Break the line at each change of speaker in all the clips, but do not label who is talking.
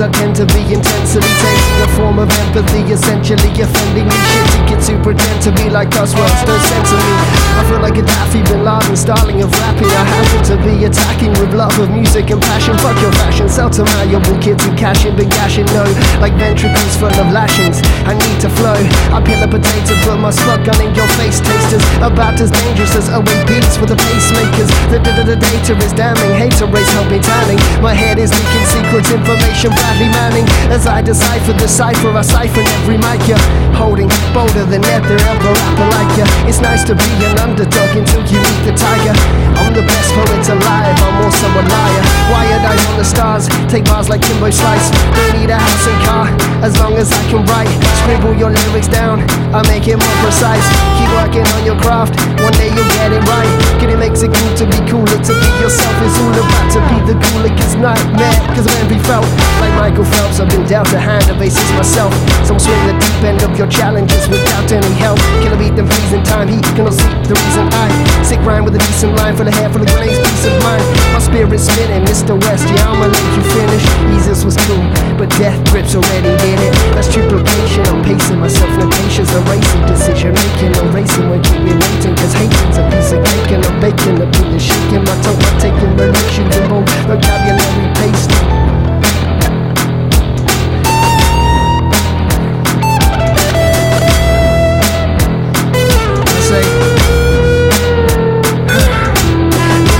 akin to the intensity Taking a form of empathy Essentially offending me Shitty kids who pretend to be like us Well, it's no sense of me I feel like a Daffy Bin Laden Styling of rapping I happen to be attacking With love of music and passion Fuck your fashion Sell to malleable kids who cash in Been gashing, no Like ventricles full of lashings I need to flow I peel a potato Put my slug gun in your face Tasters about as dangerous as away beats With the pacemakers The the- the- the data is damning Hater race help me tanning My head is leaking secrets Information badly manning As I decipher the cipher I siphon every mic you're holding Bolder than ever ever rapper like ya It's nice to be an underdog Until you meet the tiger I'm the best poet alive I'm also a liar Wired eyes on the stars Take bars like Kimbo Slice Don't need a house and car As long as I can write Scribble your lyrics down I make it more precise Keep working on your craft One day you'll get it right Can it makes it cool to be cooler To be yourself is all about To be the cooler Cause nightmare Cause man be felt Like Michael Phelps I've been dealt a hand of aces myself Some swing the deep end of your challenges Without any help Can I beat them please in time Heat cannot sleep The reason I Sick rhyme with a decent line Full of hair full of grains Peace of mind My spirit's spinning Mr. West Yeah I'ma let you finish Jesus was cool But death grips already in it That's duplication I'm pacing myself Notations erasing Decision making I'm racing When keep me waiting Cause hating's a piece of cake And I'm baking The pin is shaking My tongue I'm taking Reliction Jumbo Vocabulary pasting say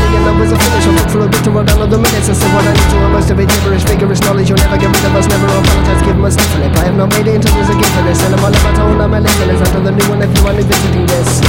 Million numbers are finished, I'm full of bitter roll down all the minutes I said what I need to, I'm most of it gibberish, vigorous knowledge You'll never get rid of us, never apologize, give them a stiff lip I have not made it into this, a gift for this And I'm all about to hold on my label is under the new one if you want me visiting this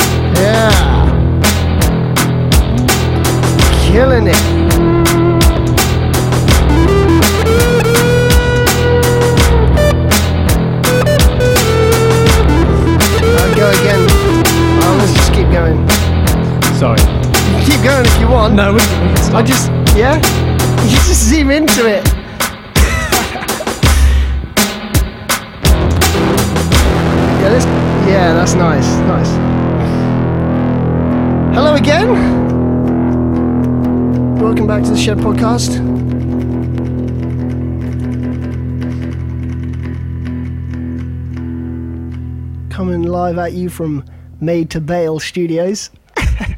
Yeah. Killing it. I'll go again. Oh, let's just keep going.
Sorry.
You can keep going if you want.
No, we can, we can stop.
I just, yeah? You just zoom into it. yeah, let's, yeah, that's nice. Nice. Hello again. Welcome back to the Shed Podcast. Coming live at you from Made to Bale Studios.
How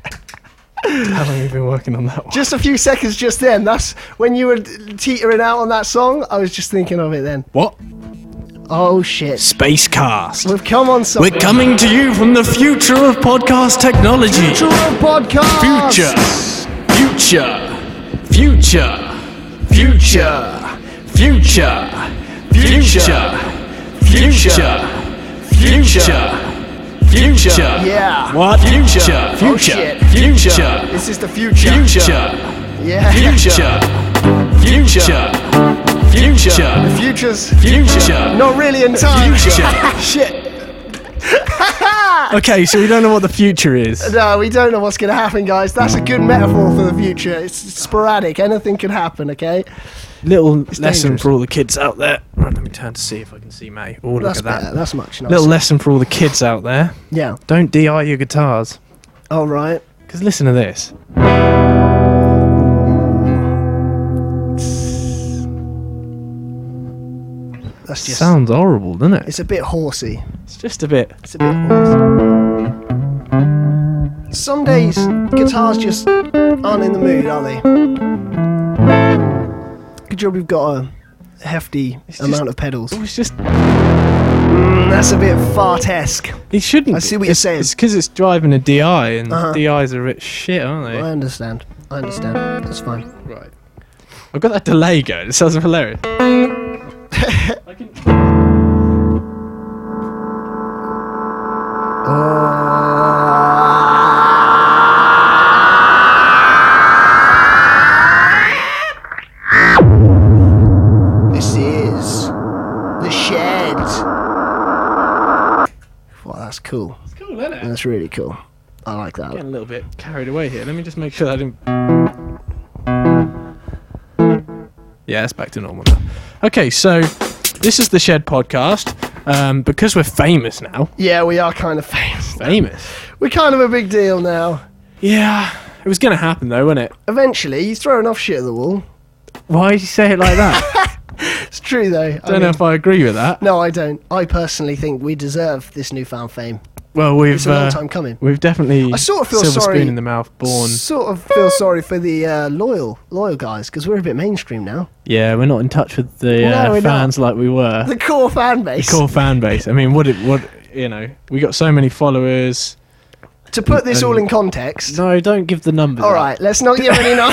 long have you been working on that one?
Just a few seconds just then. That's when you were teetering out on that song. I was just thinking of it then.
What?
Oh shit.
Spacecast.
We've come on some
We're coming to you from the future of podcast technology.
Future podcast.
Future. Future. Future. Future. Future. Future. Future. Future. Future.
Yeah.
What? Future.
Oh,
Future.
shit.
Future.
This is the future.
Future.
Yeah.
Future. Future. Future.
Futures.
Future.
Not really in time.
Future.
shit.
Okay, so we don't know what the future is.
No, we don't know what's going to happen, guys. That's a good metaphor for the future. It's sporadic. Anything could happen, okay?
Little lesson
dangerous.
for all the kids out there. Right, let me turn to see if I can see May. Oh, look
That's
at that.
better. That's much nicer.
Little lesson for all the kids out there.
yeah.
Don't DI your guitars.
All right.
Because listen to this.
That's just.
Sounds horrible, doesn't it?
It's a bit horsey.
It's just a bit.
It's a bit hoarse. Some days guitars just aren't in the mood, are they? Good job we've got a hefty
just-
amount of pedals.
It was just.
Mm, that's a bit fartesque.
It shouldn't.
I see
be.
what you're
It's-
saying.
It's because it's driving a DI, and
Uh-huh.
DIs are a bit shit, aren't they?
I understand. I understand. That's fine.
Right. I've got that delay going. It sounds hilarious. I can-
This is the shed. Wow, that's cool.
It's cool, isn't it?
That's really cool. I like that.
Getting a little bit carried away here. Let me just make sure that I didn't. Yeah, it's back to normal now. Okay, so this is the Shed podcast. Um, because we're famous now.
Yeah, we are kind of famous.
Famous.
We're kind of a big deal now.
Yeah, it was going to happen though, wasn't it?
Eventually, he's throwing off shit at the wall.
Why did you say it like that?
It's true though.
I don't know if I agree with that.
No, I don't. I personally think we deserve this newfound fame.
Well, we've
It's a long
uh,
time coming.
we've definitely
I sort of feel
silver
sorry-
spoon in the mouth born.
Sort of feel sorry for the uh, loyal loyal guys because we're a bit mainstream now.
Yeah, we're not in touch with the
No,
uh,
we're not.
fans like we were.
The core fan base.
core fan base. I mean, what it what you know, we got so many followers.
To put this all
And-
in context.
No, don't give the numbers.
all
out.
right, let's not give any. No-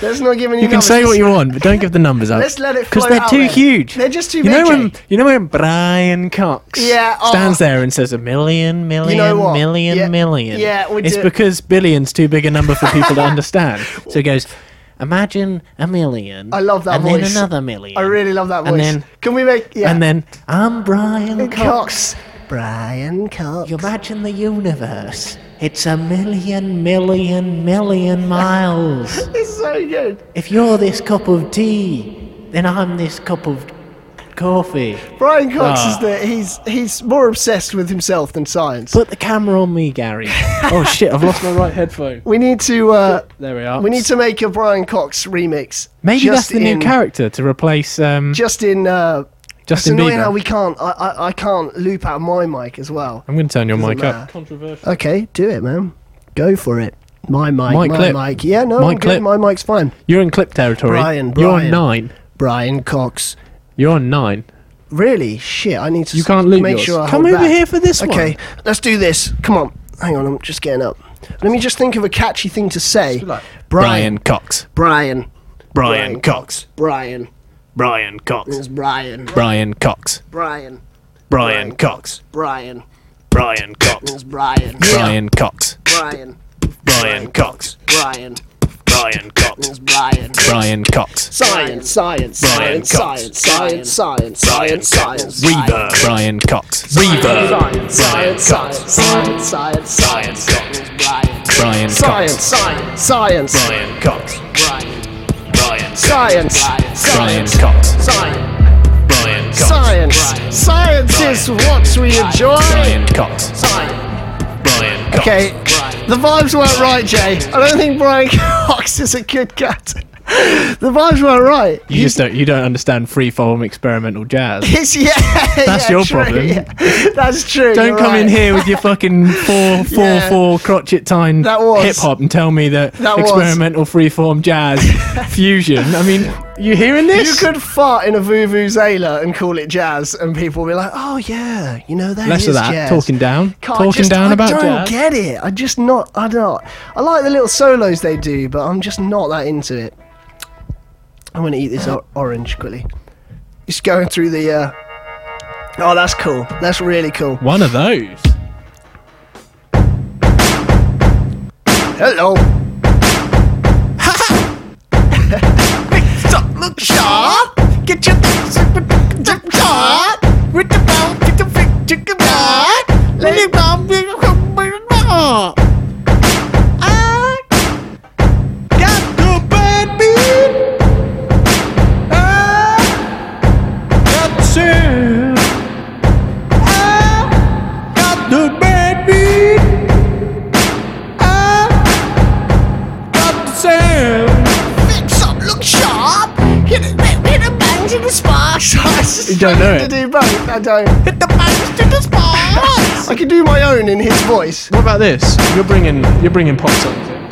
let's not give any.
You can
numbers.
say what you want, but don't give the numbers out.
Let's let it
because
flow
they're
out
too
there.
huge.
They're just too
you know when
big.
you know when Brian Cox
Yeah, oh.
stands there and says a million, million,
what?
million,
Yeah,
million.
yeah, we
it's
do-
because billion's too big a number for people to understand. So he goes, imagine a million.
I love that
and
voice.
then another million.
I really love that voice.
And then-
can we make? Yeah.
And then I'm Brian Cox.
Cox. Brian Cox.
You imagine the universe. It's a million, million, million miles.
It's so good.
if you're this cup of tea, then I'm this cup of coffee.
Brian Cox
Ah.
is the he's he's more obsessed with himself than science.
Put the camera on me, Gary. oh shit, I've lost my right headphone.
we need to uh,
There we are.
we need to make a Brian Cox remix.
Maybe
just
that's the
in-
new character to replace um,
Just in. Uh, it's
Justin
annoying
Bieber.
how we can't. I, I I can't loop out my mic as well.
I'm going to turn your
Doesn't
mic up.
matter.
Controversial.
Okay, do it, man. Go for it. My mic,
Mic
my
clip.
mic. Yeah, no,
Mic
I'm
clip.
good. My mic's fine.
You're in clip territory.
Brian,
You're
Brian.
nine.
Brian Cox.
You're on nine.
Really? Shit, I need to
You
s-
can't loop
make
yours.
sure I
Come
hold
over
back.
here for this one.
Okay, let's do this. Come on. Hang on, I'm just getting up. Let me just think of a catchy thing to say. Brian.
Cox.
Brian.
Brian Cox.
Brian.
Brian Cox.
It's Brian.
Brian Cox.
Brian.
Brian Cox.
Brian.
Brian Cox.
It's Brian.
Brian Cox.
Brian.
Brian Cox.
Brian.
Brian Cox.
It's Brian.
Brian Cox.
Science, science,
Brian
science,
Cox.
science, science, science, science, science.
Reverb. Brian Cox. Reverb.
Science, science, science, science, science, science, Brian.
Brian
Science,
Cox.
science, science,
Brian Cox.
Brian.
Brian Cox.
Science,
Brian
science,
Cox.
science,
Brian Cox.
science. Science is what we enjoy.
Brian Cox.
Science.
Brian Cox.
Okay, the vibes weren't right, Jay. I don't think Brian Cox is a good cat. The vibes weren't right.
You just don't you don't understand freeform experimental jazz.
It's, yeah,
That's
yeah,
your
true,
problem.
yeah. That's true.
Don't
you're
come in
right.
here with your fucking four four
Yeah.
four crotchet time
That was-
hip hop and tell me that,
That was-
experimental freeform jazz fusion. I mean, you hearing
You
this?
could fart in a vuvuzela and call it jazz, and people will be like, "Oh yeah, you know that
Less
is
of that
jazz."
talking down,
Can't- I
talking
just-
down
I
about
don't
jazz.
get it. I just not. I don't. I like the little solos they do, but I'm just not that into it. I'm gonna eat this or- orange quickly. Just going through the. Uh... Oh, that's cool. That's really cool.
One of those.
Hello. Stop, look sharp. Get your things up, sharp. With the ball, get the fig, chicken pot. Let it bomb, big, big, I got the bad beat. I got the I got the bad beat. I Fix up, look sharp. Hit it, hit, hit the bangs in the sparks. you
don't know it.
To do both, I don't. Hit the bangs to the sparks. I can do my own in his voice.
What about this? You're bringing you're bringing pop songs. in.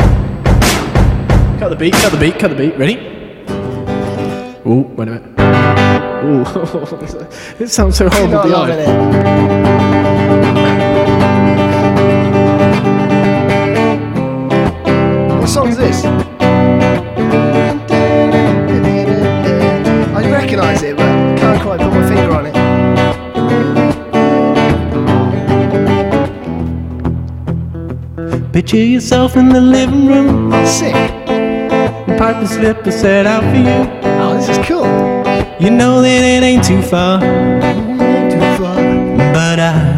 Cut the beat. Cut the beat. Cut the beat. Ready? Oh, wait a minute. Oh, it sounds so
You're
horrible.
not
The
loving
eye.
it. What song's this? I recognise it, but can't quite put my finger on it.
Picture yourself in the living room.
Oh, sick.
Pipe and slipper set out for you.
Oh, this is cool.
You know that it ain't too far,
Too far.
but I.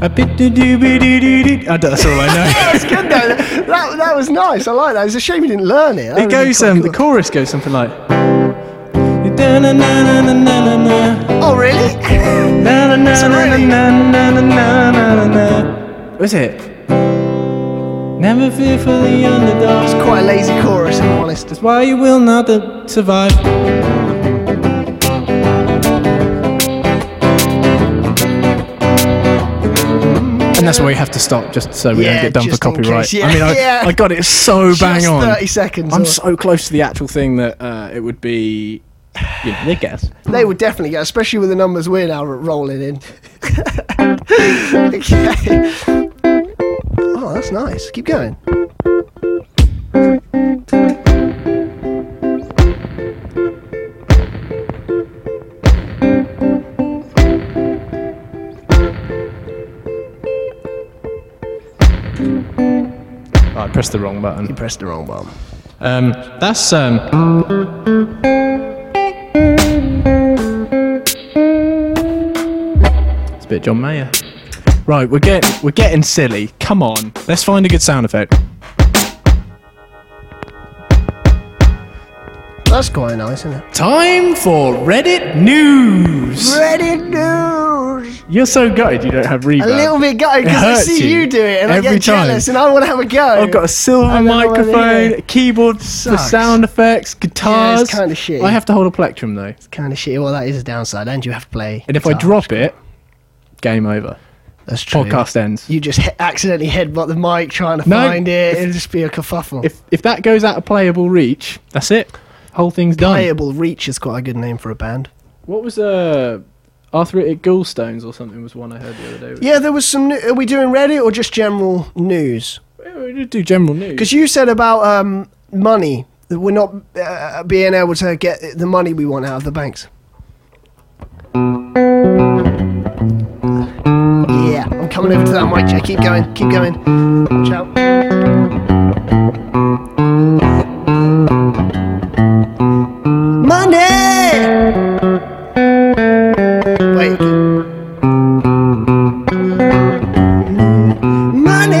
I bit do do be do do do. Oh, That's all I know.
That's good though. That, that was nice. I like that. It's a shame you didn't learn it. That
It
would've been
goes,
quite
um, the
cool.
chorus goes something like. Na-na-na-na-na-na-na-na.
Oh, really?
Na-na-na-na-na-na-na-na-na. What is it? Never fear for the underdog.
it's quite a lazy chorus, if I'm honest.
That's why you will not uh, survive. And that's where we have to stop, just so we
Yeah,
don't get done for
just in
copyright.
case, yeah,
I mean, I,
yeah.
I got it so bang
Just uh,
on.
30 seconds.
I'm
or-
so close to the actual thing that uh, it would be. You know, they guess.
They would definitely get, especially with the numbers we're now rolling in. okay. Oh, that's nice. Keep going.
Oh, I pressed the wrong
You
button.
pressed the wrong one.
Um, that's um. It's a bit John Mayer. Right, we're getting we're getting silly. Come on, let's find a good sound effect.
That's quite nice, isn't it?
Time for Reddit news.
Ready news.
You're so gutted you don't have reverb.
A little bit gutted because I
hurts
see
you
you. do it and I
every
get jealous
time.
and I want to have a go.
I've got a silver
I don't know what it
microphone,
is.
a keyboard for
Sucks.
sound effects, guitars.
kinda shitty.
I have to hold a plectrum though.
kind of shit. Well, that is a downside, and you have to play.
And if I
guitar.
drop it, game over.
that's true.
Podcast ends.
you just he- accidentally headbutt the mic trying to
No,
find it.
if-
It'll just be a kerfuffle.
If if that goes out of playable reach, that's it. Whole thing's done.
Playable Reach is quite a good name for a band.
What was uh arthritic gallstones or something was one I heard the other day.
Yeah, there was some. New- Are we doing Reddit or just general news?
Yeah, we did do general news.
Because you said about um, money. that We're not uh, being able to get the money we want out of the banks. Yeah, I'm coming over to that mic. Jay. Keep going, keep going. Watch out. Money! Wait. Money! is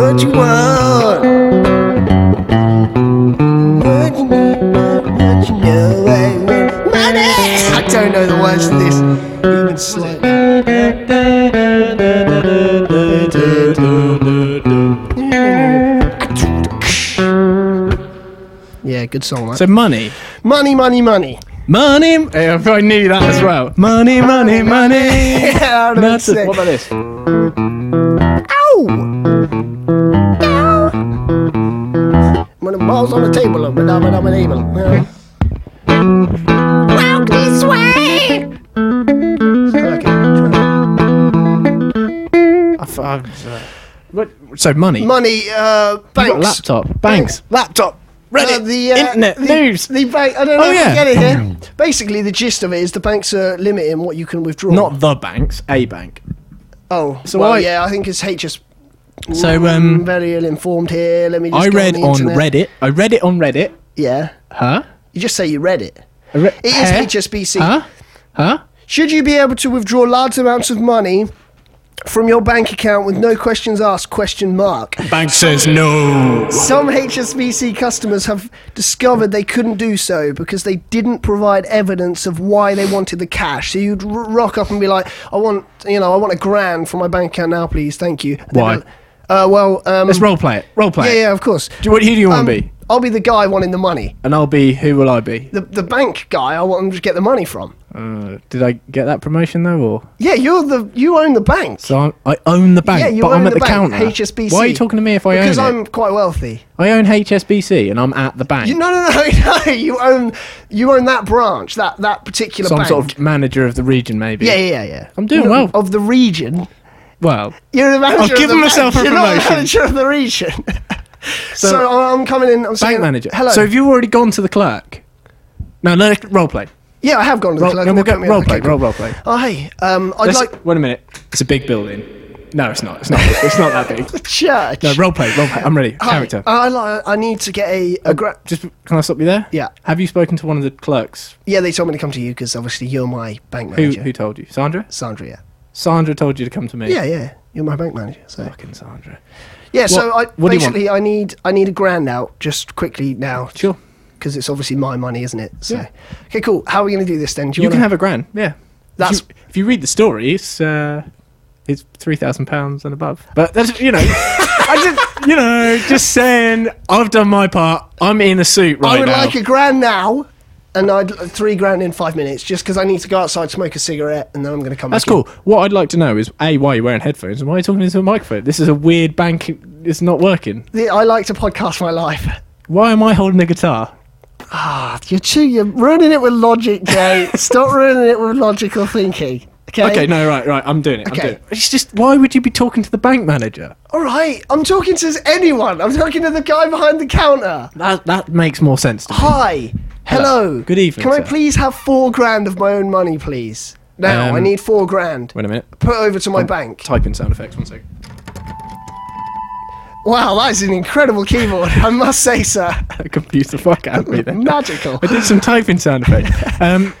what you want. What you need, what you know I want. Money! I don't know the words to this. Even slightly. Yeah, good song, man.
So money.
money, money, money.
Money yeah, I knew that as well. Money, money, money.
Yeah, out of
That's it.
sick.
What about this?
Ow! Ow! When the ball's on the table, I'm a I'm an able. Walk this way!
What- So money.
Money, uh,
You got a
banks.
laptop. Banks. Laptop.
Uh,
Reddit.
the, uh,
Internet.
the-
news.
The bank. I don't know
Oh,
if
yeah.
I get it here. Basically, the gist of it is the banks are limiting what you can withdraw.
Not the banks. A bank.
Oh,
So
well,
I-
yeah, I think it's HS.
So,
Mm,
um,
very ill informed here. Let me. Just
I
go
read
on, the
on
internet.
Reddit. I read it on Reddit.
Yeah,
Huh?
you just say you read it.
I re-
It
Huh?
is HSBC.
Huh? Huh?
Should you be able to withdraw large amounts of money from your bank account with no questions asked? Question mark.
Bank says no.
Some HSBC customers have discovered they couldn't do so because they didn't provide evidence of why they wanted the cash. So you'd r- rock up and be like, "I want, you know, I want a grand for my bank account now, please. Thank you." And they'd be
Why?
like, Uh, well, um,
Let's role play it. Role play.
yeah,
it.
yeah, of course.
Do, what, who do you want
Um,
to be?
I'll be the guy wanting the money.
And I'll be. Who will I be?
The the bank guy I want to get the money from.
Uh, did I get that promotion though, or
Yeah, you're the you own the bank.
so I'm, I own the bank,
yeah, you
but
own
I'm
the,
at the,
bank.
counter.
HSBC.
Why are you talking to me if I
because
own
I'm
it?
quite wealthy.
I own HSBC and I'm at the bank.
You, no, no, no, no. You own you own that branch, that that particular
Some
bank.
sort of manager of the region, maybe.
yeah, yeah, yeah, yeah.
I'm doing
No,
well.
Of the region,
Well,
you're the manager. of
given
the
myself
bank.
a
You're not the
promotion.
manager of the region. so, I'm coming in. I'm
bank
saying,
manager.
Hello.
So have you already gone to the clerk? No, no, role play.
yeah, I have gone to the
Role,
clerk.
no,
and
we'll
they
go,
put me in.
role
Okay,
play,
cool.
role, role play.
Oh, hey, um, I'd
Let's-
like
wait a minute. It's a big building. No, it's not. It's not. It's not that big.
church.
No, role play, role play. I'm ready.
Hi, Uh,
Character.
I, like, I need to get a, a gra-
Just can I stop you there?
Yeah.
Have you spoken to one of the clerks?
Yeah, they told me to come to you because obviously you're my bank
Who
manager.
who told you? Sandra?
Sandra, yeah.
Sandra told you to come to me.
Yeah, yeah. You're my bank manager. So
Fucking Sandra.
yeah, so I
what do you want?
basically I need I need a grand out just quickly now
Sure.
because it's obviously my money, isn't it? So
Yeah.
okay, cool. How are we going to do this then? Do
You,
you,
can
wanna,
have a grand. Yeah.
That's-
if you, if you read the story, it's uh, it's three thousand pounds and above. But that's you know, I just you know just saying I've done my part. I'm in a suit right
I would
now.
like a grand now. And I'd l- three grand in five minutes, just because I need to go outside, smoke a cigarette, and then I'm going to come.
that's
back in.
cool. What I'd like to know is a why are you wearing headphones and why are you talking into a microphone? This is a weird bank. It's not working.
The- I like to podcast my life.
Why am I holding a guitar?
Ah, you're too, you're ruining it with logic, Jay. Stop ruining it with logical thinking. Okay.
Okay, no, right, right. I'm doing it.
Okay.
I'm doing it. It's just why would you be talking to the bank manager?
All right, I'm talking to anyone. I'm talking to the guy behind the counter.
That that makes more sense to me.
Hi. Hello.
Hello. Good evening,
Can I
sir.
please have four grand of my own money, please? Now, I
Um,
need four grand.
Wait a minute.
Put over to my bank.
Type in sound effects. One sec.
Wow, that is an incredible keyboard, I must say, sir.
That confused the fuck out of me. Then.
Magical.
I did some typing sound effect. Um,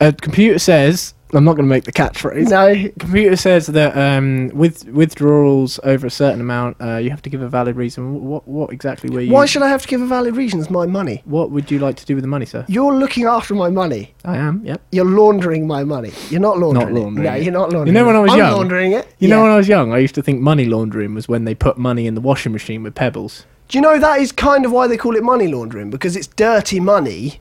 a computer says I'm not going to make the catchphrase.
No.
Computer says that um, with withdrawals over a certain amount, uh, you have to give a valid reason. What what exactly were you?
Why should I have to give a valid reason? It's my money.
what would you like to do with the money, sir?
You're looking after my money.
I am. Yep.
You're laundering my money. You're not laundering.
laundering
It. No,
it.
you're not laundering.
You know when
it.
I was
I'm
young?
laundering it.
You know,
Yeah.
when I was young, I used to think money laundering was when they put money in the washing machine with pebbles.
Do you know that is kind of why they call it money laundering because it's dirty money.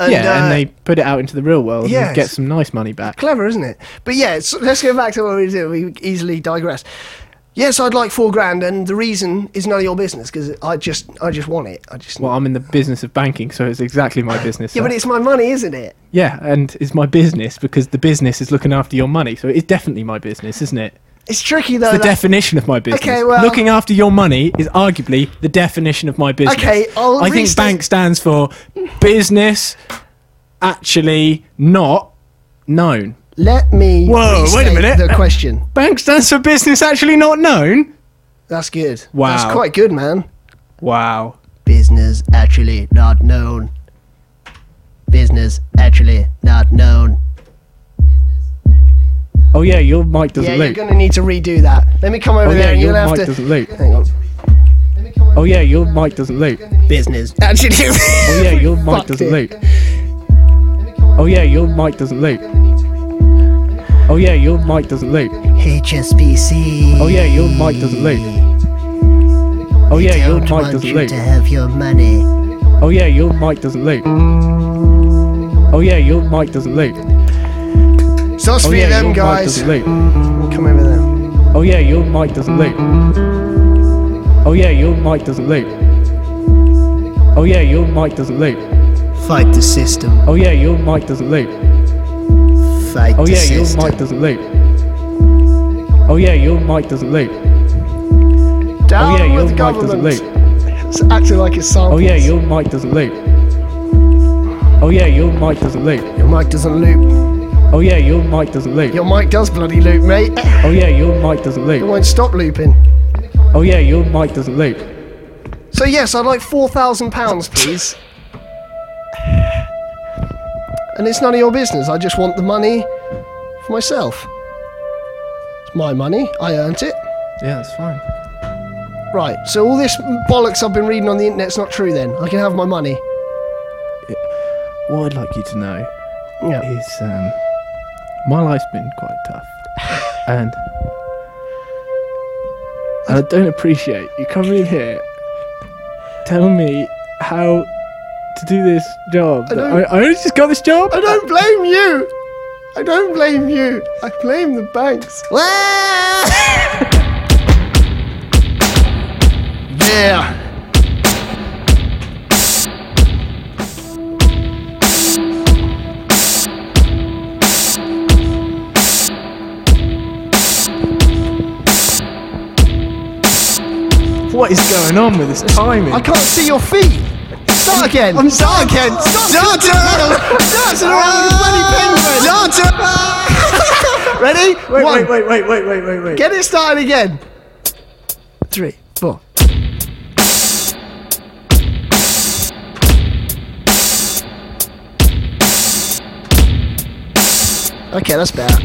And,
yeah,
uh,
and they put it out into the real world
yes.
and get some nice money back.
clever, isn't it? But yeah, it's, let's go back to what we do. We easily digress. Yes, I'd like four grand, and the reason is none of your business because I just, I just want it. I just.
Well, uh, I'm in the business of banking, so it's exactly my business.
yeah,
sir.
but it's my money, isn't it?
Yeah, and it's my business because the business is looking after your money. So it's definitely my business, isn't it?
It's tricky though.
The
that-
definition of my business.
Oh, Okay, well-
looking after your money is arguably the definition of my business.
Okay, I'll
I think
restate-
bank stands for business actually not known.
Let me.
Whoa, wait a
restate
minute.
The question.
Bank stands for business actually not known.
That's good.
Wow.
That's quite good, man.
Wow.
Business actually not known. Business actually not known.
Oh yeah, your mic doesn't
Yeah,
loop.
you're gonna need to redo that. Let me come over
Oh
there,
yeah,
and you'll
your
have
mic
to.
doesn't loop.
Hang on.
Oh yeah, your mic doesn't loop.
Business actually.
Oh yeah, your mic
Fucked
doesn't
it.
loop. Oh yeah, your mic doesn't loop. Oh yeah, your mic doesn't loop.
HSBC.
Oh yeah, your mic doesn't loop. Oh yeah, your
Don't
mic
want
doesn't
you
loop.
to have your money.
Oh yeah, your mic doesn't loop. Oh yeah, your mic doesn't loop.
So that's
Oh
three
yeah,
of them
your mic
guys.
doesn't loop.
Come over there.
Oh yeah, your mic doesn't loop. Oh yeah, your mic doesn't loop. Oh yeah, your mic doesn't loop.
Fight the system.
Oh yeah, your mic doesn't loop.
Fight
Oh
the
yeah, your
system.
mic doesn't loop. Oh yeah, your mic doesn't loop. Oh
Down
yeah, your
with
mic doesn't
government.
loop.
It's acting like it's sample.
Oh yeah, your mic doesn't loop. Oh yeah, your mic doesn't loop.
Your mic doesn't loop.
Oh yeah, your mic doesn't loop.
Your mic does bloody loop, mate. It
Oh yeah, your mic doesn't loop.
won't stop looping.
Oh yeah, your mic doesn't loop.
So yes, I'd like four thousand pounds, please. And it's none of your business. I just want the money for myself. It's my money. I earned it.
Yeah, that's fine.
Right. So all this bollocks I've been reading on the internet's not true. Then I can have my money.
What I'd like you to know
Yeah.
is um, my life's been quite tough, and I don't appreciate you coming in here. Tell me how to do this job. I,
know.
I only just got this job.
I don't blame you. I don't blame you. I blame the banks. yeah.
What is going on with this timing?
I can't see your feet. Start again. I'm start again. Start around. Start around with a bloody penguin. Ready?
wait,
One.
wait, wait, wait, wait, wait, wait, wait.
Get it started again. Three, four. Okay, that's better.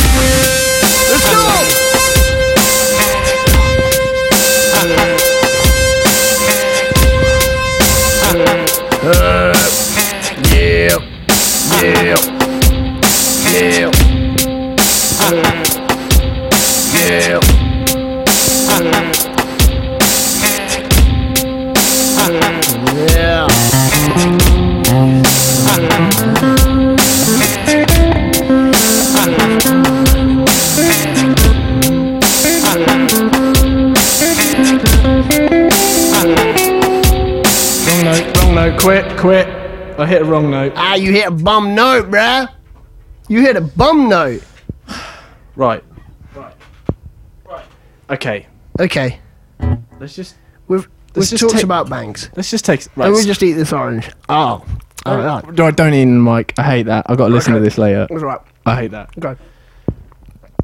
Let's go! yeah, yeah, yeah, yeah. Yeah.
Wrong note, wrong note. Quit, quit. I hit a wrong note.
Ah, you hit a bum note, bruh. You hit a bum note.
Right. Right. Right. Okay.
Okay,
Let's just
we've
Let's
we've
just
talked
take-
about banks.
let's just take right.
Let me just eat this orange. Oh, all right.
No, I don't even Mike. I hate that. I got to listen
Okay.
to this later.
That's right.
I hate that.
Go.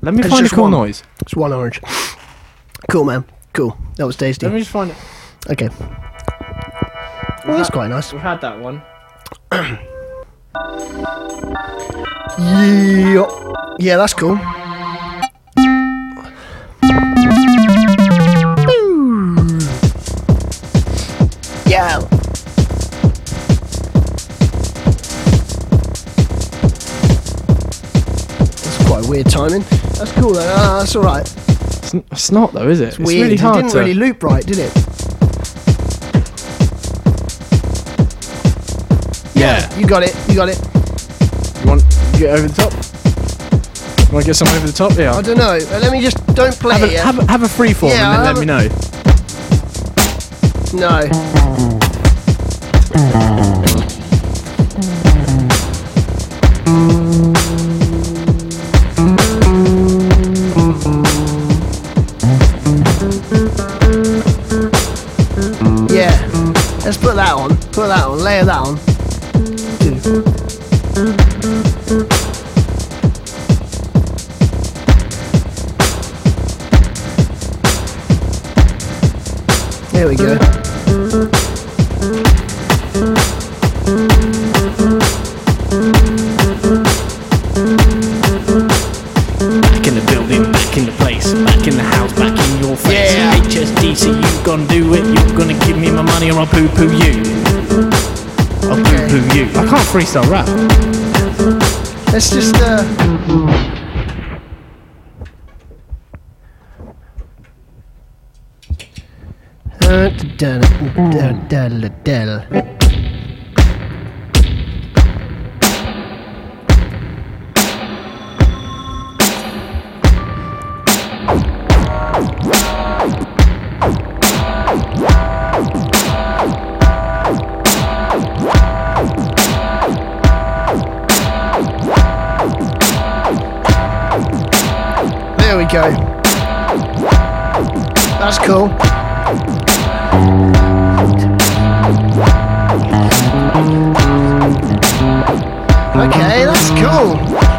Let me
It's
find a
just
cool
one.
noise.
It's one orange. Cool, man. Cool. That was tasty.
Let me just find it.
Okay. Well, that's quite nice.
We've had that one.
Yeah. Yeah, that's cool. Yeah. That's quite weird timing. That's cool though. Ah, that's all right.
It's, n- it's not though, is it? It's,
weird.
really
It
hard
didn't
to.
really loop right, did it?
yeah.
You got it. You got it.
You want to get over the top? You want to get some over the top? Yeah.
I don't know. Uh, Let me just don't play
have,
it.
a,
yet.
have, a, have a free form
Yeah,
and then
I'll
let me know.
No. Yeah. Let's put that on. Put that on. Layer that on. Dude. There we go.
Back in the building, back in the place, back in the house, back in your face.
Yeah.
HSDC, you gonna do it, you're gonna give me my money or I'll poo poo you. I'll poo poo you.
I can't freestyle rap.
Let's just uh Uh, da- da- da- da- da- da. There we go. That's cool. Okay, that's cool.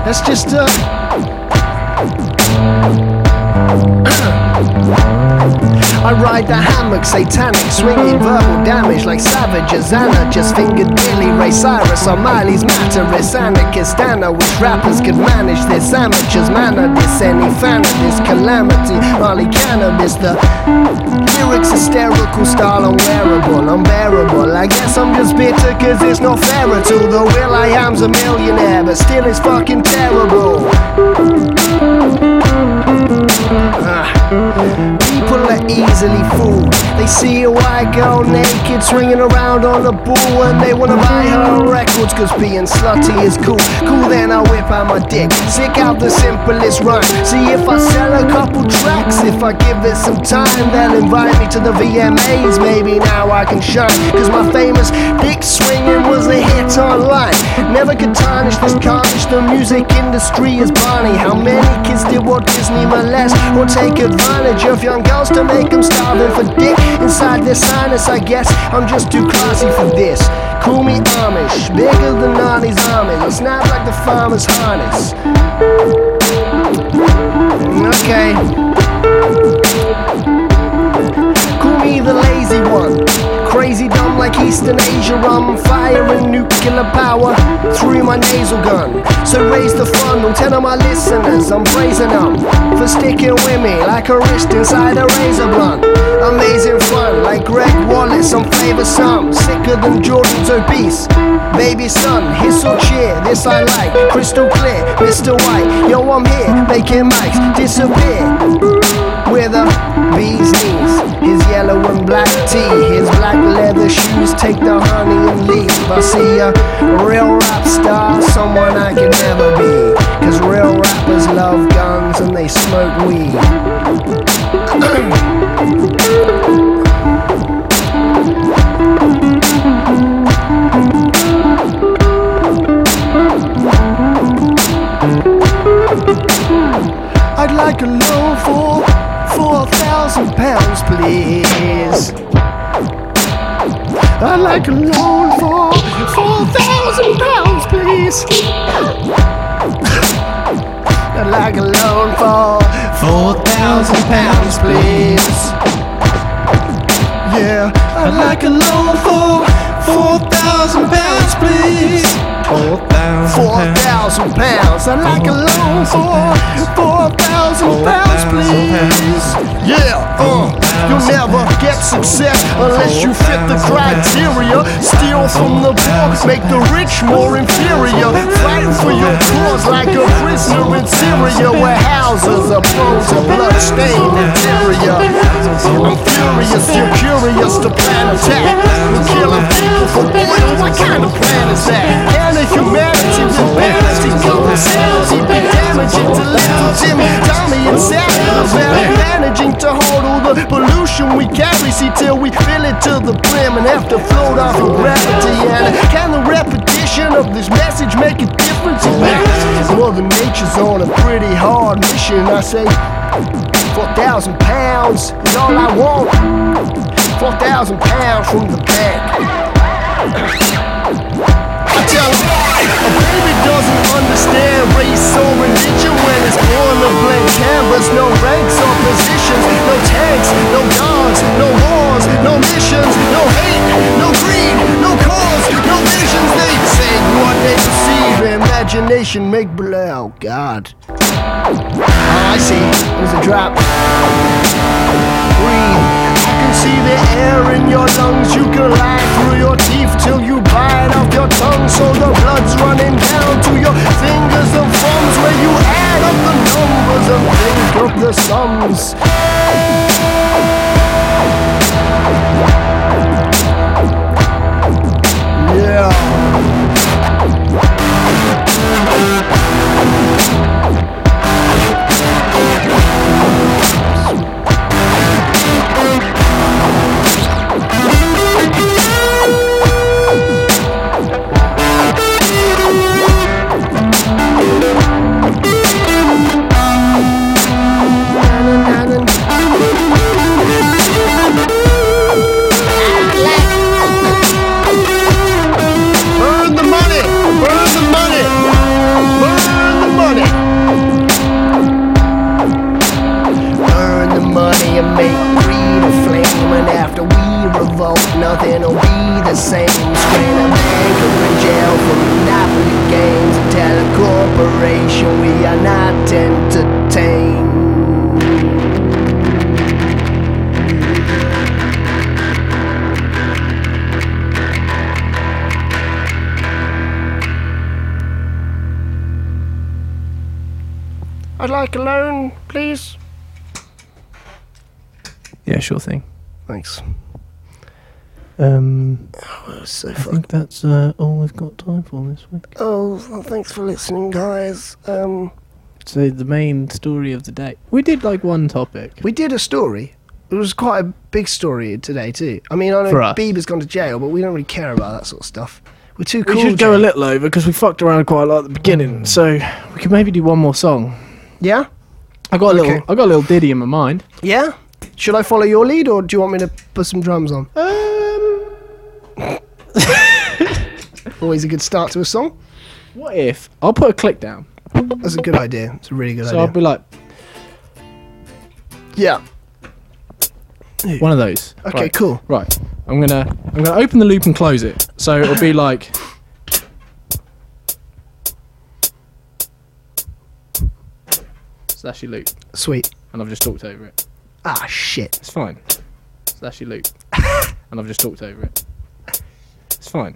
Let's just uh ride the hammock, satanic, swinging verbal damage like savages. Anna just fingered Billy Ray Cyrus on Miley's Mataris. Anarchist Anna, which rappers could manage this? Amateurs manner, this any fan of this calamity. Molly cannabis, the lyrics hysterical style unwearable, unbearable. I guess I'm just bitter cause it's not fair at all. The will I am's a millionaire, but still it's fucking terrible. People are easily fooled. They see a white girl naked swinging around on a bull and they wanna buy her on records cause being slutty is cool. Cool, then I whip out my dick, sick out the simplest rhyme. See if I sell a couple tracks, if I give it some time, they'll invite me to the VMAs. Maybe now I can shine cause my famous dick swinging was a hit online. Never could tarnish this carnage, the music industry is Barney. How many kids did Walt Disney molest or take advantage of young girls to make them starving for dick inside their sinus? I guess I'm just too classy for this. Call me Amish, bigger than Arnie's army. I snap like the farmer's harness. Okay. Call me the lazy one. Crazy dumb like Eastern Asia, I'm firing nuclear power through my nasal gun. So raise the funnel, tell all my listeners I'm praising them for sticking with me like a wrist inside a razor blunt. Amazing fun, like Greg Wallace, I'm flavor some, sicker than Jordan's obese. Baby son, hiss or cheer, this I like, crystal clear, Mr. White. Yo, I'm here, making mics disappear with a bee's knees. His yellow and black tee, his black leather shoes take the honey and leave. I see a real rap star, someone I can never be. Cause real rappers love guns and they smoke weed. I'd like a loan for four thousand pounds, please. I'd like a loan for four thousand pounds, please. I'd like a loan for four thousand pounds, please. Yeah, I'd like a loan for four thousand pounds, please. Four thousand pounds. I'd like a loan for four thousand pounds, please. Yeah, uh, you'll never get success unless you fit the criteria. Steal from the poor, make the rich more inferior. Fighting for your cause like a prisoner interior, where houses are pros of bloodstained interior. I'm furious, you're curious to plan attack. Killing people for oil, what kind of plan is that? And if humanity will balance, these golden cells, he'd be damaging to little Jimmy, Tommy, and Sammy. I'm barely managing to hold all the pollution we carry, see till we fill it to the brim and have to float off of gravity. And can the repetition of this message make a difference? Mother Nature's on a pretty hard mission, I say. 4,000 pounds is all I want. 4,000 pounds from the bank. I tell 'em, a baby doesn't understand race or religion when it's born a blank canvas. No ranks or positions, no tanks, no dogs, no wars, no missions, no hate, no greed, no cause, no visions. They say what they perceive, imagination make believe. Oh God. Oh, I see. There's a drop. Breathe. I can see the air in your lungs. You can lie through your teeth till you bite off your tongue. So the blood's running down to your fingers and thumbs. Where you add up the numbers and think of the sums. Yeah. Burn the money! Burn the money! Burn the money! Burn the money and make greed a flame. And after we revolt, nothing'll be the same. Straight up anchor in jail for monopoly games. Tell a corporation we are not entertained. I'd like a loan, please.
Yeah, sure thing.
Thanks.
Um,
So
I think that's uh, all we've got time for this week.
Oh, well, thanks for listening, guys. Um,
So the main story of the day. We did like one topic.
we did a story. It was quite a big story today too. I mean, I know
For us.
Bieber's gone to jail, but we don't really care about that sort of stuff. We're too cool.
We should go a
Jay.
little over because we fucked around quite a lot at the beginning. So Mm. we could maybe do one more song.
yeah,
I got a little.
Okay.
I got a little ditty in my mind.
yeah. Should I follow your lead, or do you want me to put some drums on?
Um,
Always a good start to a song.
what if I'll put a click down?
That's a good idea. It's a really good
So I'll
idea.
be like
yeah.
one of those.
Okay.
Right.
Cool.
Right. I'm gonna I'm gonna open the loop and close it. So it'll be like slashy loop,
Sweet.
and I've just talked over it.
Ah, shit.
It's fine. Slashy loop, and I've just talked over it. It's fine.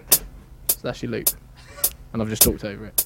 Slashy loop, and I've just talked over it.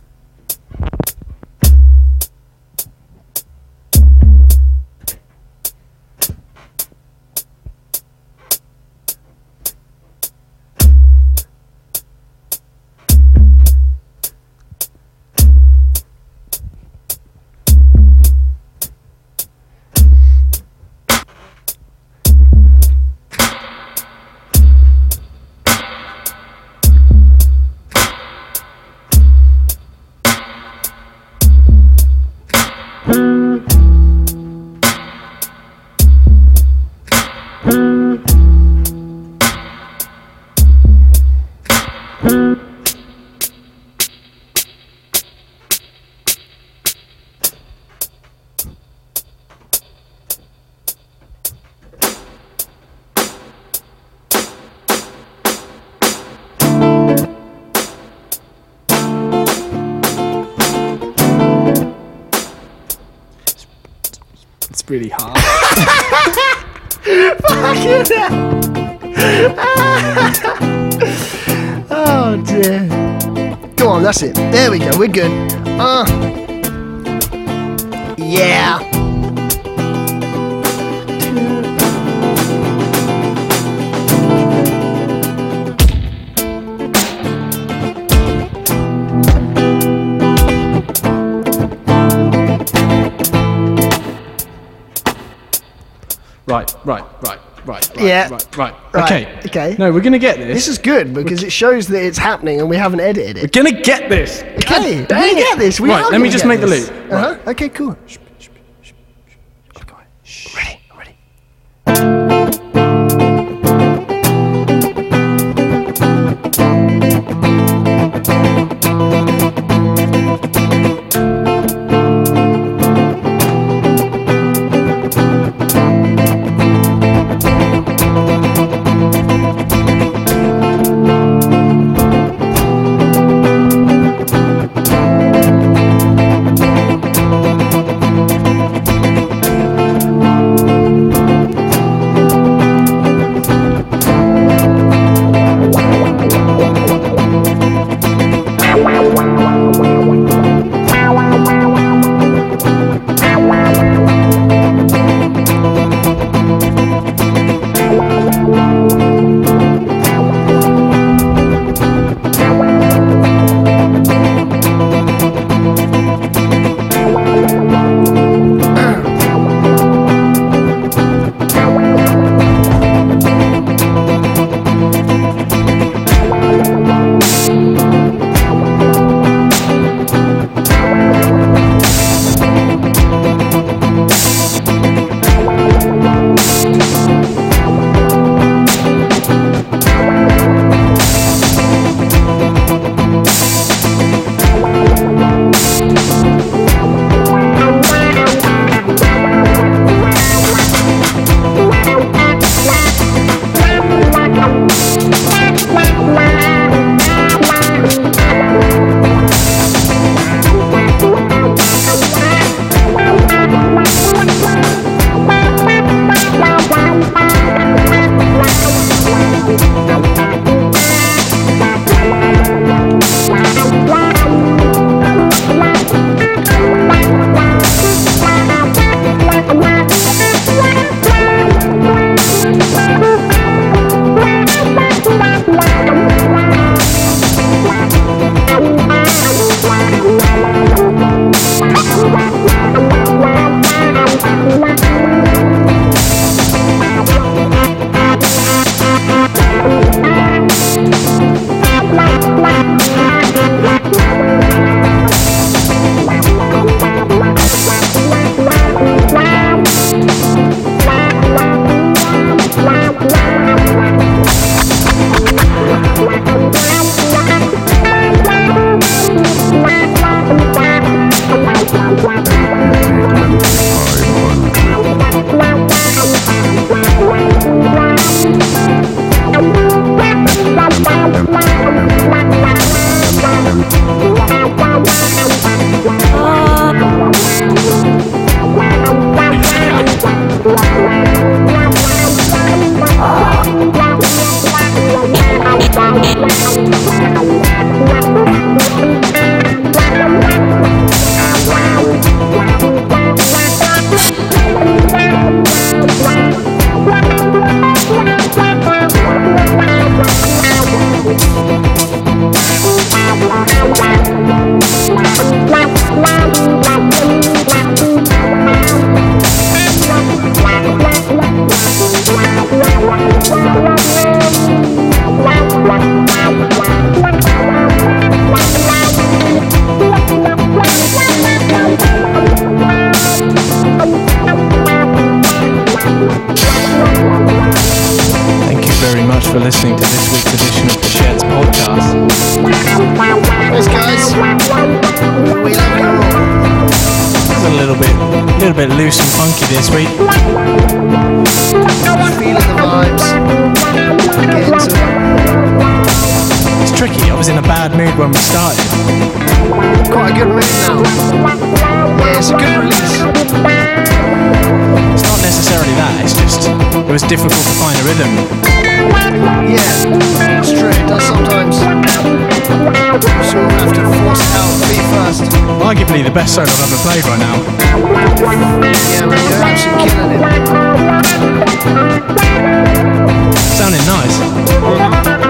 It's really hard.
Oh dear. Go on, that's it. There we go. We're good. Uh. Yeah.
right, right, right, right, right,
Yeah.
right, right,
Right,
Okay.
okay.
No, we're gonna get this.
This is good because it shows that it's happening and we haven't edited it.
we're gonna get this.
Okay, we
God dang
get
it.
this. We
right.
are
let me
gonna
just
get
make
this.
the loop.
Uh-huh. Okay, cool. Ready, ready.
Thank
Thank you very much for listening to this week's edition of the Sheds podcast.
Thanks, guys. We love you all.
It's a little bit, a little bit loose and funky this week.
Feeling the vibes. Get into it.
It's tricky. I was in a bad mood when we started.
Quite a good mood now. Yeah, it's a good release.
It's not necessarily that. It's just it was difficult to find a rhythm.
Yeah, it's true. It does sometimes. So we'll have to force it out. Be fast.
Arguably the best solo I've ever played right now.
Yeah, man, you're actually killing it.
Sounding nice.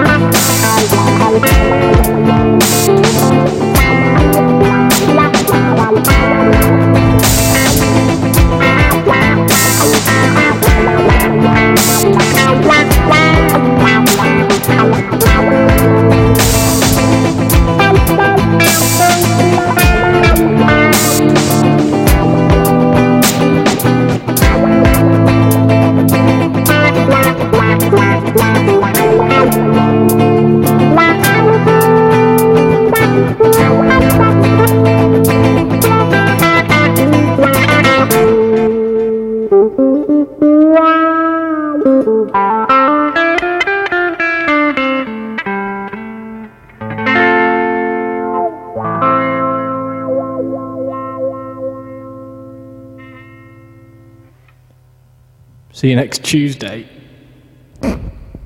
See you next Tuesday.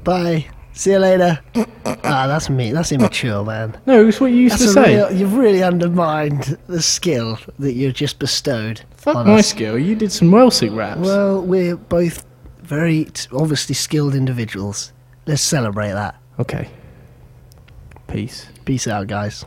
Bye. See you later. Ah, that's me. That's immature, man.
No, it's what you used
That's
to
a
say.
real, you've really undermined the skill that you've just bestowed
Fuck
on
my
us.
skill. You did some Welsic raps.
Well, we're both very t- obviously skilled individuals. Let's celebrate that.
okay. Peace.
Peace out, guys.